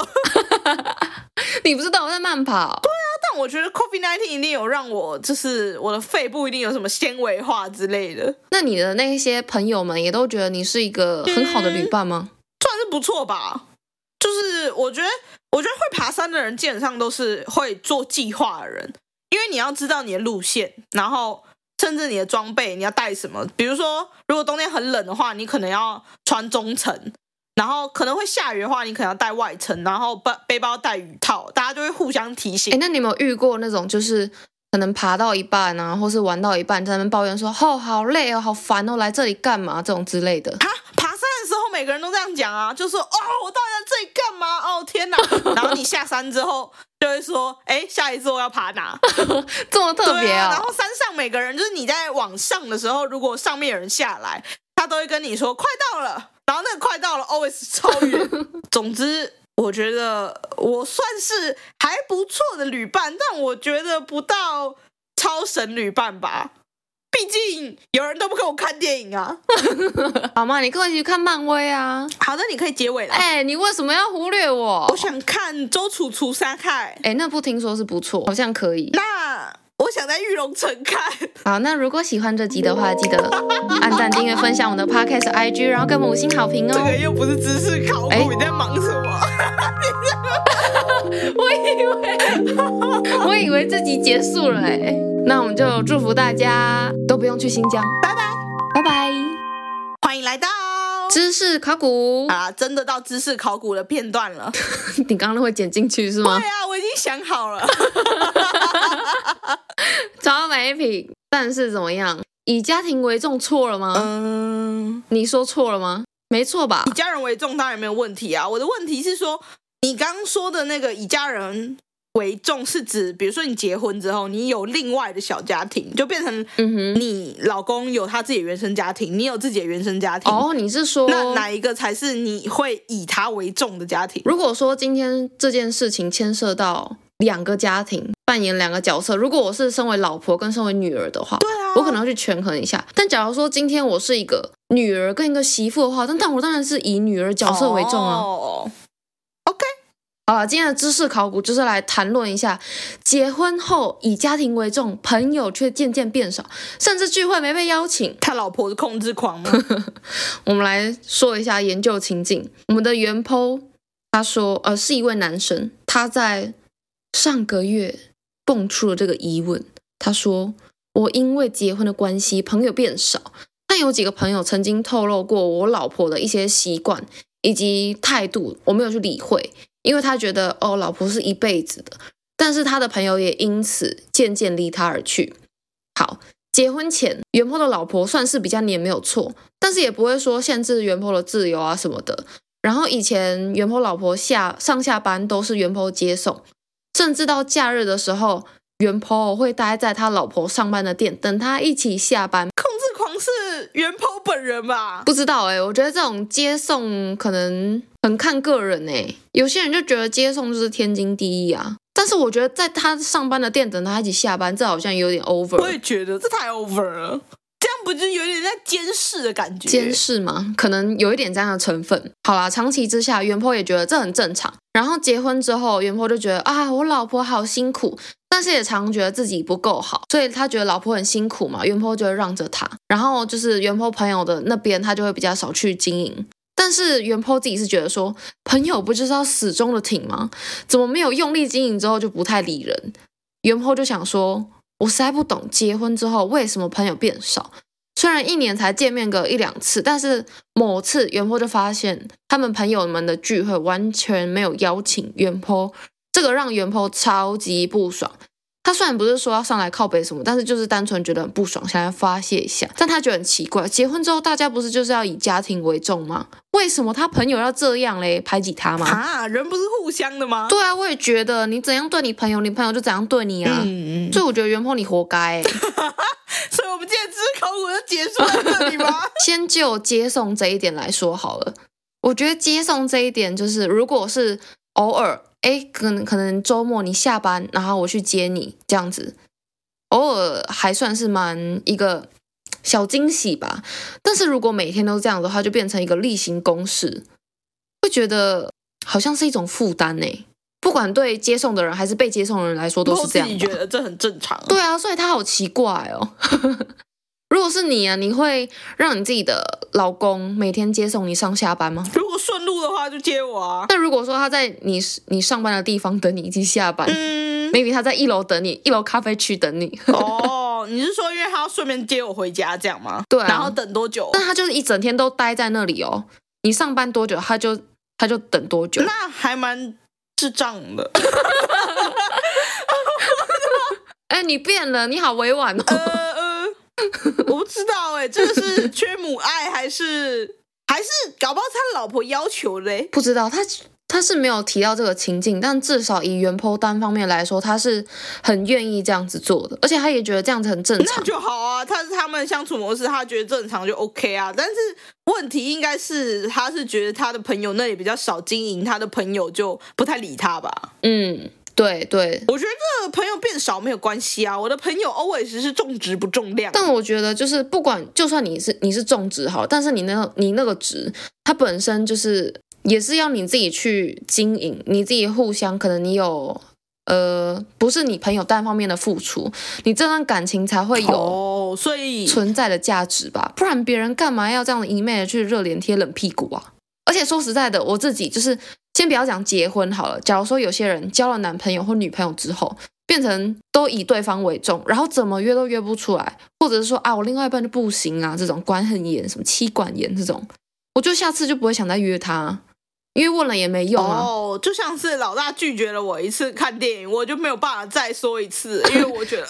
Speaker 1: 你不是都有在慢跑？
Speaker 3: 但我觉得 COVID nineteen 一定有让我，就是我的肺部一定有什么纤维化之类的，
Speaker 1: 那你的那些朋友们也都觉得你是一个很好的旅伴吗？
Speaker 3: 算是不错吧。就是我觉得，呃我觉得会爬山的人基本上都是会做计划的人，因为你要知道你的路线，然后甚至你的装备你要带什么。比如说，如果冬天很冷的话，你可能要穿中层。然后可能会下雨的话，你可能要带外层，然后背背包带雨套，大家就会互相提醒
Speaker 1: 哎、。那你有没有遇过那种就是可能爬到一半啊，或是玩到一半，在那边抱怨说哦好累哦，好烦哦，来这里干嘛这种之类的？
Speaker 3: 啊，爬山的时候每个人都这样讲啊，就说哦，我到底在这里干嘛？哦，天哪！然后你下山之后就会说，哎，下一次我要爬哪？
Speaker 1: 这么特别
Speaker 3: 对啊。然
Speaker 1: 啊、
Speaker 3: 后山上每个人就是你在往上的时候，如果上面有人下来，他都会跟你说快到了，然后那个快到了 always 超远。总之。我觉得我算是还不错的旅伴，但我觉得不到超神旅伴吧。毕竟有人都不跟我看电影啊。
Speaker 1: 好吗？你跟我一起去看漫威 啊！
Speaker 3: 好的，你可以结尾了。
Speaker 1: 哎、哦你为什么要忽略我？
Speaker 3: 我想看周楚楚沙看，
Speaker 1: 哎，那部听说是不错，好像可以。
Speaker 3: 那我想在玉龙城看。
Speaker 1: 好，那如果喜欢这集的话，记得按赞、订阅、分享我们的 podcast、IG，然后给我们五星好评
Speaker 3: 这
Speaker 1: 哦
Speaker 3: 个。又不是知识考
Speaker 1: 哎
Speaker 3: 古，你在忙什么？
Speaker 1: 我以为我以为这集结束了哎，那我们就祝福大家都不用去新疆，拜拜拜拜。
Speaker 3: 欢迎来到
Speaker 1: 知识考古，
Speaker 3: 啊，真的到知识考古的片段了。
Speaker 1: 你刚刚会剪进去是吗
Speaker 3: 对？啊，我已经想好了。
Speaker 1: 超没品，但是怎么样？以家庭为重错了吗？
Speaker 3: 嗯，
Speaker 1: 你说错了吗？没错吧
Speaker 3: 以？家人为重当然没有问题啊。我的问题是说，你刚刚说的那个以家人。为重是指，比如说你结婚之后，你有另外的小家庭，就变成
Speaker 1: 嗯哼。
Speaker 3: 你老公有他自己的原生家庭，你有自己的原生家庭。
Speaker 1: 哦，你是说
Speaker 3: 那哪一个才是你会以他为重的家庭？
Speaker 1: 如果说今天这件事情牵涉到两个家庭扮演两个角色，如果我是身为老婆跟身为女儿的话，
Speaker 3: 对啊
Speaker 1: 我可能要去权衡一下。但假如说今天我是一个女儿跟一个媳妇的话，但但我当然是以女儿角色为重啊。
Speaker 3: 哦、
Speaker 1: 好了，今天的知识考古就是来谈论一下，结婚后以家庭为重，朋友却渐渐变少，甚至聚会没被邀请。
Speaker 3: 他老婆是控制狂 吗？
Speaker 1: 我们来说一下研究情境。我们的原 PO 他说，呃，是一位男生，他在上个月蹦出了这个疑问。他说，我因为结婚的关系，朋友变少，但有几个朋友曾经透露过我老婆的一些习惯以及态度，我没有去理会，因为他觉得哦，老婆是一辈子的。但是他的朋友也因此渐渐离他而去。好，结婚前元坡的老婆算是比较黏，没有错，但是也不会说限制元坡的自由啊什么的。然后以前元坡老婆下上下班都是元坡接送，甚至到假日的时候，袁婆会待在他老婆上班的店等他一起下班。
Speaker 3: 控制狂是袁抛本人吧？
Speaker 1: 不知道哎、我觉得这种接送可能很看个人哎、有些人就觉得接送就是天经地义啊，但是我觉得在他上班的店等他一起下班，这好像有点 over。
Speaker 3: 我也觉得这太 over 了，这样不就有点在监视的感觉？
Speaker 1: 监视嘛，可能有一点这样的成分。好啦，长期之下，袁坡也觉得这很正常。然后结婚之后，袁坡就觉得啊，我老婆好辛苦，但是也常觉得自己不够好，所以他觉得老婆很辛苦嘛，袁坡就会让着他。然后就是袁坡朋友的那边，他就会比较少去经营。但是袁坡自己是觉得说，朋友不就是要始终的挺吗？怎么没有用力经营之后就不太理人？袁坡就想说，我实在不懂结婚之后为什么朋友变少。虽然一年才见面个一两次，但是某次袁坡就发现他们朋友们的聚会完全没有邀请袁坡，这个让袁坡超级不爽。他虽然不是说要上来靠北什么，但是就是单纯觉得很不爽，想要发泄一下。但他觉得很奇怪，结婚之后大家不是就是要以家庭为重吗？为什么他朋友要这样嘞？排挤他吗？
Speaker 3: 啊，人不是互相的吗？
Speaker 1: 对啊，我也觉得你怎样对你朋友，你朋友就怎样对你啊。
Speaker 3: 嗯，嗯
Speaker 1: 所以我觉得袁坡你活该欸、
Speaker 3: 所以我们今天知识考古就结束在这里吗？
Speaker 1: 先就接送这一点来说好了，我觉得接送这一点就是，如果是偶尔，哎，可能可能周末你下班，然后我去接你这样子，偶尔还算是蛮一个小惊喜吧。但是如果每天都这样的话，就变成一个例行公事，会觉得好像是一种负担呢、不管对接送的人还是被接送的人来 说，都是这样
Speaker 3: 我
Speaker 1: 吧。
Speaker 3: 自己觉得这很正常。
Speaker 1: 对啊，所以他好奇怪哦。 如果是你啊，你会让你自己的老公每天接送你上下班吗？
Speaker 3: 如果顺路的话，就接我啊。
Speaker 1: 那如果说他在你你上班的地方等你一起下班、
Speaker 3: 嗯，
Speaker 1: m a y b e 他在一楼等你，一楼咖啡区等你，
Speaker 3: 哦，你是说因为他要顺便接我回家这样吗？
Speaker 1: 对啊
Speaker 3: 然后等多久？
Speaker 1: 但他就是一整天都待在那里哦。你上班多久，他就他就等多久。
Speaker 3: 那还蛮智障的。
Speaker 1: 哎，你变了，你好委婉哦。
Speaker 3: 呃呃，我不知道哎、这个是缺母爱还是还是搞不好是他老婆要求的、欸？
Speaker 1: 不知道他他是没有提到这个情境，但至少以袁坡单方面来说，他是很愿意这样子做的，而且他也觉得这样子很正
Speaker 3: 那
Speaker 1: 常。
Speaker 3: 就好啊，他是他们相处模式，他觉得正常就 OK 啊。但是问题应该是他是觉得他的朋友那里比较少经营，他的朋友就不太理他吧。
Speaker 1: 嗯，对对，
Speaker 3: 我觉得这个朋友变少没有关系啊，我的朋友 always 是重质不重量。
Speaker 1: 但我觉得就是不管，就算你是你是种植好，但是你那个你那个植，它本身就是也是要你自己去经营，你自己互相可能你有呃，不是你朋友单方面的付出，你这段感情才会有
Speaker 3: 哦，所以
Speaker 1: 存在的价值吧，不然别人干嘛要这样一昧的去热脸贴冷屁股啊？而且说实在的，我自己就是先不要讲结婚好了，假如说有些人交了男朋友或女朋友之后，变成都以对方为重，然后怎么约都约不出来，或者是说啊，我另外一半就不行啊，这种管很严，什么妻管严这种，我就下次就不会想再约他啊，因为问了也没用啊。
Speaker 3: 哦，就像是老大拒绝了我一次看电影，我就没有办法再说一次，因为 我觉得，呃，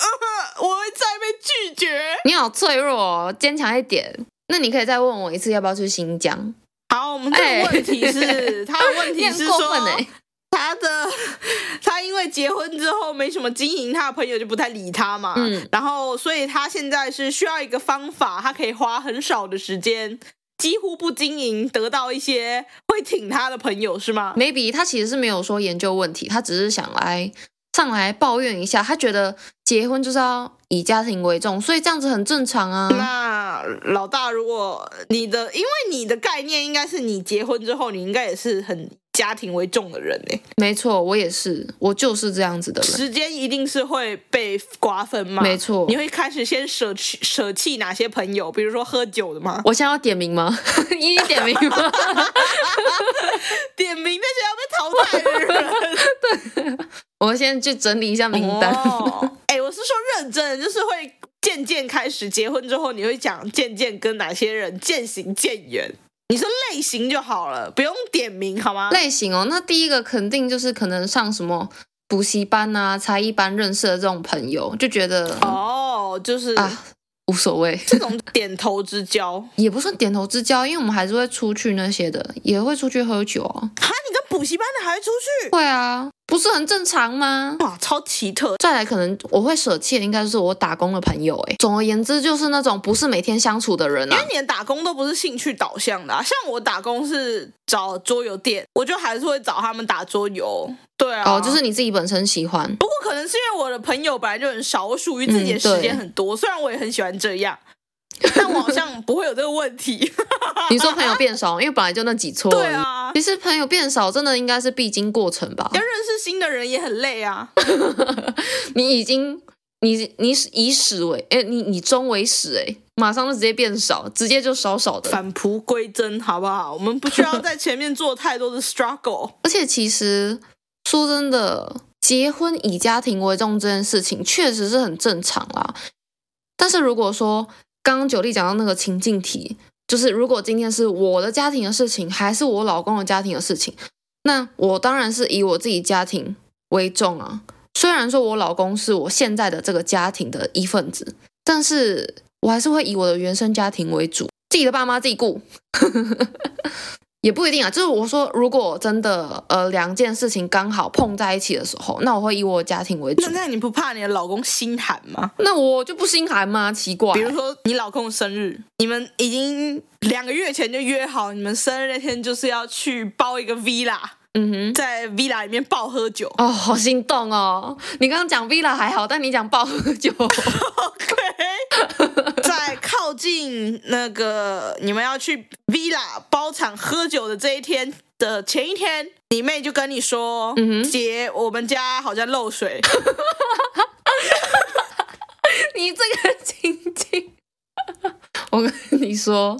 Speaker 3: 我会再被拒绝。
Speaker 1: 你好脆弱哦，坚强一点。那你可以再问我一次，要不要去新疆？
Speaker 3: 好，我们这个问题 是，他的
Speaker 1: 哎
Speaker 3: 问
Speaker 1: 你
Speaker 3: 题
Speaker 1: 很
Speaker 3: 是
Speaker 1: 过
Speaker 3: 说，
Speaker 1: 分哎、
Speaker 3: 他的 他因为结婚之后没什么经营，他的朋友就不太理他嘛。
Speaker 1: 嗯
Speaker 3: 然后，所以他现在是需要一个方法，他可以花很少的时间，几乎不经营，得到一些会挺他的朋友，是吗？
Speaker 1: maybe 他其实是没有说研究问题，他只是想来上来抱怨一下，他觉得结婚就是要以家庭为重，所以这样子很正常啊。
Speaker 3: 那老大，如果你的，因为你的概念应该是你结婚之后，你应该也是很以家庭为重的人呢，
Speaker 1: 没错，我也是，我就是这样子的人。
Speaker 3: 时间一定是会被瓜分嘛，
Speaker 1: 没错
Speaker 3: 你会开始先舍弃舍弃哪些朋友，比如说喝酒的吗？
Speaker 1: 我现在要点名 吗？一一点名吗？
Speaker 3: 点名那些要被淘汰的人
Speaker 1: 我先去整理一下名单。
Speaker 3: 哦哎、我是说认真的，就是会渐渐开始结婚之后，你会讲渐渐跟哪些人渐行渐远。你说类型就好了，不用点名好吗？
Speaker 1: 类型哦，那第一个肯定就是可能上什么补习班啊、才艺班认识的这种朋友，就觉得、
Speaker 3: 哦，就是、
Speaker 1: 啊无所谓。
Speaker 3: 这种点头之交。
Speaker 1: 也不算点头之交，因为我们还是会出去那些的，也会出去喝酒啊。
Speaker 3: 哈，你跟补补习班的还出去，
Speaker 1: 会啊，不是很正常吗？
Speaker 3: 哇，超奇特。
Speaker 1: 再来，可能我会舍弃的应该就是我打工的朋友、欸。哎，总而言之，就是那种不是每天相处的人
Speaker 3: 因
Speaker 1: 啊
Speaker 3: 为。你的打工都不是兴趣导向的、啊，像我打工是找桌游店，我就还是会找他们打桌游。对啊，
Speaker 1: 哦，就是你自己本身喜 欢，
Speaker 3: 不过可能是因为我的朋友本来就很少，我属于自己的
Speaker 1: 嗯对
Speaker 3: 时间很多，虽然我也很喜欢这样，但我好像不会有这个 问题。
Speaker 1: 你说朋友变少，因为本来就那几撮。
Speaker 3: 对啊，
Speaker 1: 其实朋友变少，真的应该是必经过程吧
Speaker 3: 要。认识新的人也很累啊。
Speaker 1: 你已经，你你以始为，哎、你你终为始、哎，马上就直接变少，直接就少少的。
Speaker 3: 返璞归真，好不好？我们不需要在前面做太多的 struggle。
Speaker 1: 而且其实说真的，结婚以家庭为重这件事情确实是很正常啦。但是如果说刚刚九莉讲到那个情境题，就是如果今天是我的家庭的事情，还是我老公的家庭的事情，那我当然是以我自己家庭为重啊。虽然说我老公是我现在的这个家庭的一份子，但是我还是会以我的原生家庭为主，自己的爸妈自己顾。 也不一定啊，就是我说，如果真的呃两件事情刚好碰在一起的时候，那我会以我的家庭为主
Speaker 3: 那。那你不怕你的老公心寒吗？
Speaker 1: 那我就不心寒吗？奇怪
Speaker 3: 比，如说你老公的生日，你们已经两个月前就约好，你们生日那天就是要去包一个 villa，
Speaker 1: 嗯哼，
Speaker 3: 在 villa 里面暴喝酒。
Speaker 1: 哦，好心动哦！你刚刚讲 villa 还好，但你讲暴喝酒，
Speaker 3: OK，在靠近那个你们要去 villa 包场喝酒的这一天的前一天，你妹就跟你说：“
Speaker 1: 嗯哼
Speaker 3: 姐，我们家好像漏水。
Speaker 1: 你这个情境， 我跟你说，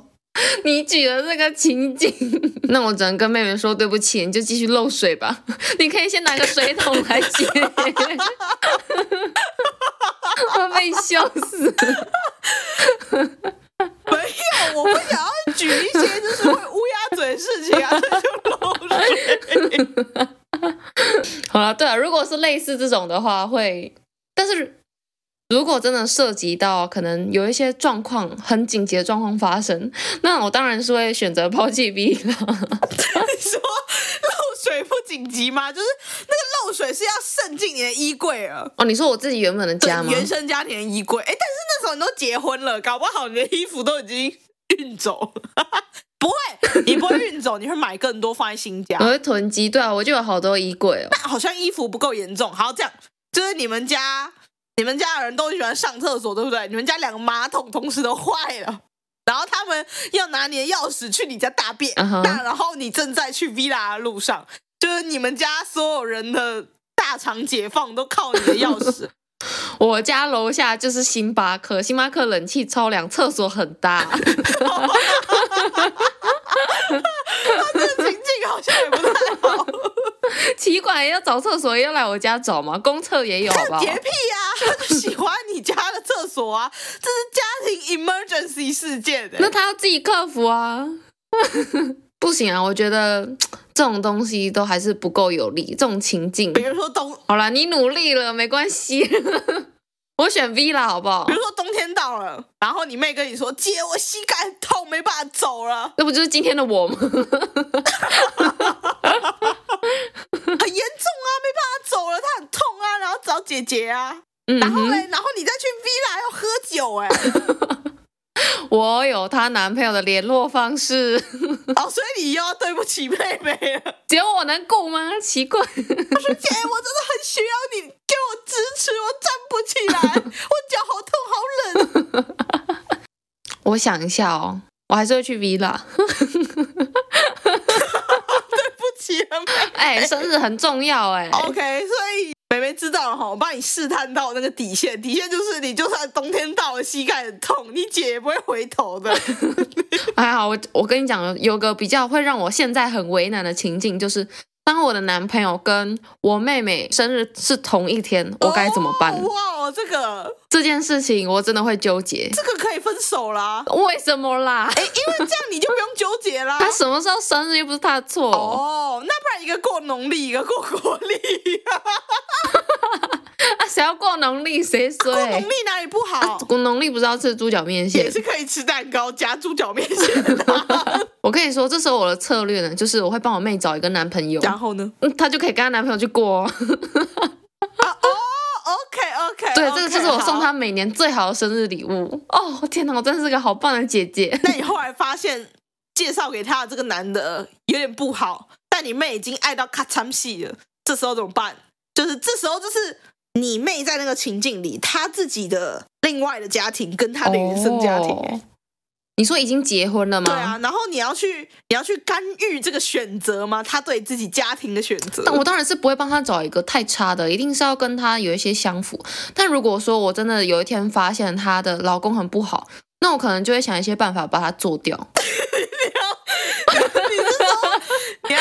Speaker 1: 你举的这个情境，那我只能跟妹妹说对不起，你就继续漏水吧。 你可以先拿个水桶来接， 我被笑死。”
Speaker 3: 没有，我不想要举一些就是会乌鸦嘴的事情啊，这就漏 水。
Speaker 1: 好了，对啊，如果是类似这种的话，会，但是如果真的涉及到可能有一些状况很紧急的状况发生，那我当然是会选择抛弃 B 啦。
Speaker 3: 你说漏水不紧急吗？就是那个漏水是要渗进你的衣柜了。
Speaker 1: 哦，你说我自己原本的家吗
Speaker 3: 对？原生家庭的衣柜。哎，但是那时候你都结婚了，搞不好你的衣服都已经运走了。 不会，你不会运走，你会买更多放在新家
Speaker 1: 我。会囤积，对啊，我就有好多衣柜哦。
Speaker 3: 好像衣服不够严重。好，这样就是你们家，你们家的人都喜欢上厕所，对不对？你们家两个马桶同时都坏了。然后他们要拿你的钥匙去你家大便
Speaker 1: 嗯哼
Speaker 3: 那然后你正在去 villa 的路上，就是你们家所有人的大肠解放都靠你的钥 匙，
Speaker 1: 我家楼下就是星巴克，星巴克冷气超凉，厕所很大。
Speaker 3: 这个情境好像也不太好，
Speaker 1: 奇怪，要找厕所也要来我家找吗？公厕也有，好不好？
Speaker 3: 洁癖啊，他就喜欢你家的厕所啊，这是家庭 emergency 事件、欸。
Speaker 1: 那他要自己克服啊。 不行啊，我觉得这种东西都还是不够有力，这种情境
Speaker 3: 比。如说冬，
Speaker 1: 好啦，你努力了，没关系。 我选 V 啦，好不好
Speaker 3: 比？如说冬天到了，然后你妹跟你说：“姐，我膝盖很痛，没办法走 了，
Speaker 1: 这不就是今天的 我吗？
Speaker 3: 很严重啊，没办法走了，她很痛啊，然后找姐姐啊。”
Speaker 1: 嗯
Speaker 3: 然后
Speaker 1: 哼，
Speaker 3: 嘞，然后你再去 villa 要喝酒 哎、
Speaker 1: 我有她男朋友的联络方式，
Speaker 3: 哦，所以你又要对不起妹妹了。
Speaker 1: 只有我能顾吗？奇怪，
Speaker 3: 姐，我真的很需要你给我支持，我站不起 来，我脚好痛，好冷。
Speaker 1: 我想一下哦，我还是会去 V 啦。
Speaker 3: 对不起啊，妹。
Speaker 1: 哎，生日很重要哎、
Speaker 3: OK，所以妹妹知道了哈，我帮你试探到那个底线，底线就是你就算冬天到了膝盖很痛，你姐也不会回头的。
Speaker 1: 还好，我我跟你讲，有个比较会让我现在很为难的情境，就是当我的男朋友跟我妹妹生日是同一天， 我该怎么办？
Speaker 3: 哦哇，这个
Speaker 1: 这件事情我真的会纠结，
Speaker 3: 这个可以分手啦，
Speaker 1: 为什么啦？
Speaker 3: 哎，因为这样你就不用纠结啦。
Speaker 1: 他什么时候生日又不是他的错，
Speaker 3: 哦啊哦，那不然一个过农历，一个过国历，
Speaker 1: 啊谁要过农历？谁衰？
Speaker 3: 过农历哪里不好？
Speaker 1: 啊，过农历不是要吃猪脚面线
Speaker 3: 也？是可以吃蛋糕夹猪脚 面线的。
Speaker 1: 我跟你说，这时候我的策略呢，就是我会帮我妹找一个男朋友，
Speaker 3: 然后呢？
Speaker 1: 嗯，她就可以跟她男朋友去过、哦。
Speaker 3: 啊哦，OK 哎 OK，
Speaker 1: 对，这个就是我送她。每年最好的生日礼物。哦，天哪，我真是个好棒的姐姐。
Speaker 3: 那你后来发现介绍给他的这个男的有点不好，但你妹已经爱到咔嚓戏了，这时候怎么办？就是这时候就是。你妹在那个情境里，她自己的另外的家庭跟她的原生家庭、
Speaker 1: 哦你说已经结婚了吗？
Speaker 3: 对啊，然后你要去你要去干预这个选择吗？她对自己家庭的选择，
Speaker 1: 但我当然是不会帮他找一个太差的，一定是要跟他有一些相符。但如果说我真的有一天发现她的老公很不好，那我可能就会想一些办法把他做 掉。
Speaker 3: 你要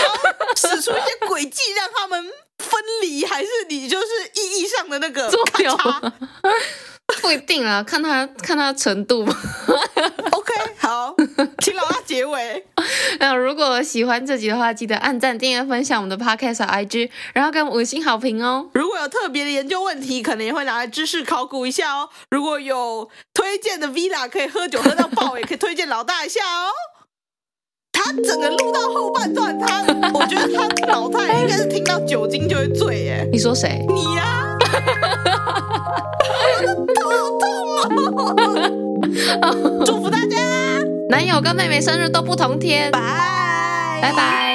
Speaker 3: 使出一些诡计让他们分离，还是你就是意义上的那个
Speaker 1: 做掉
Speaker 3: 咔
Speaker 1: 吗
Speaker 3: 嚓
Speaker 1: 不一定啊，看他看他程度吧。
Speaker 3: ？OK，好，请老大结尾。
Speaker 1: 那 如果喜欢这集的话，记得按赞、订阅、分享我们的 podcast 和 IG，然后给我们五星好评哦。
Speaker 3: 如果有特别的研究问题，可能也会拿来知识考古一下哦。如果有推荐的 villa 可以喝酒喝到爆，也可以推荐老大一下 哦。他整个录到后半段，他我觉得他脑袋应该是听到酒精就会醉耶。
Speaker 1: 你说谁？
Speaker 3: 你呀、 啊，好痛哦！祝福大家，哦
Speaker 1: 男友跟妹妹生日都不同天，
Speaker 3: 拜
Speaker 1: 拜拜。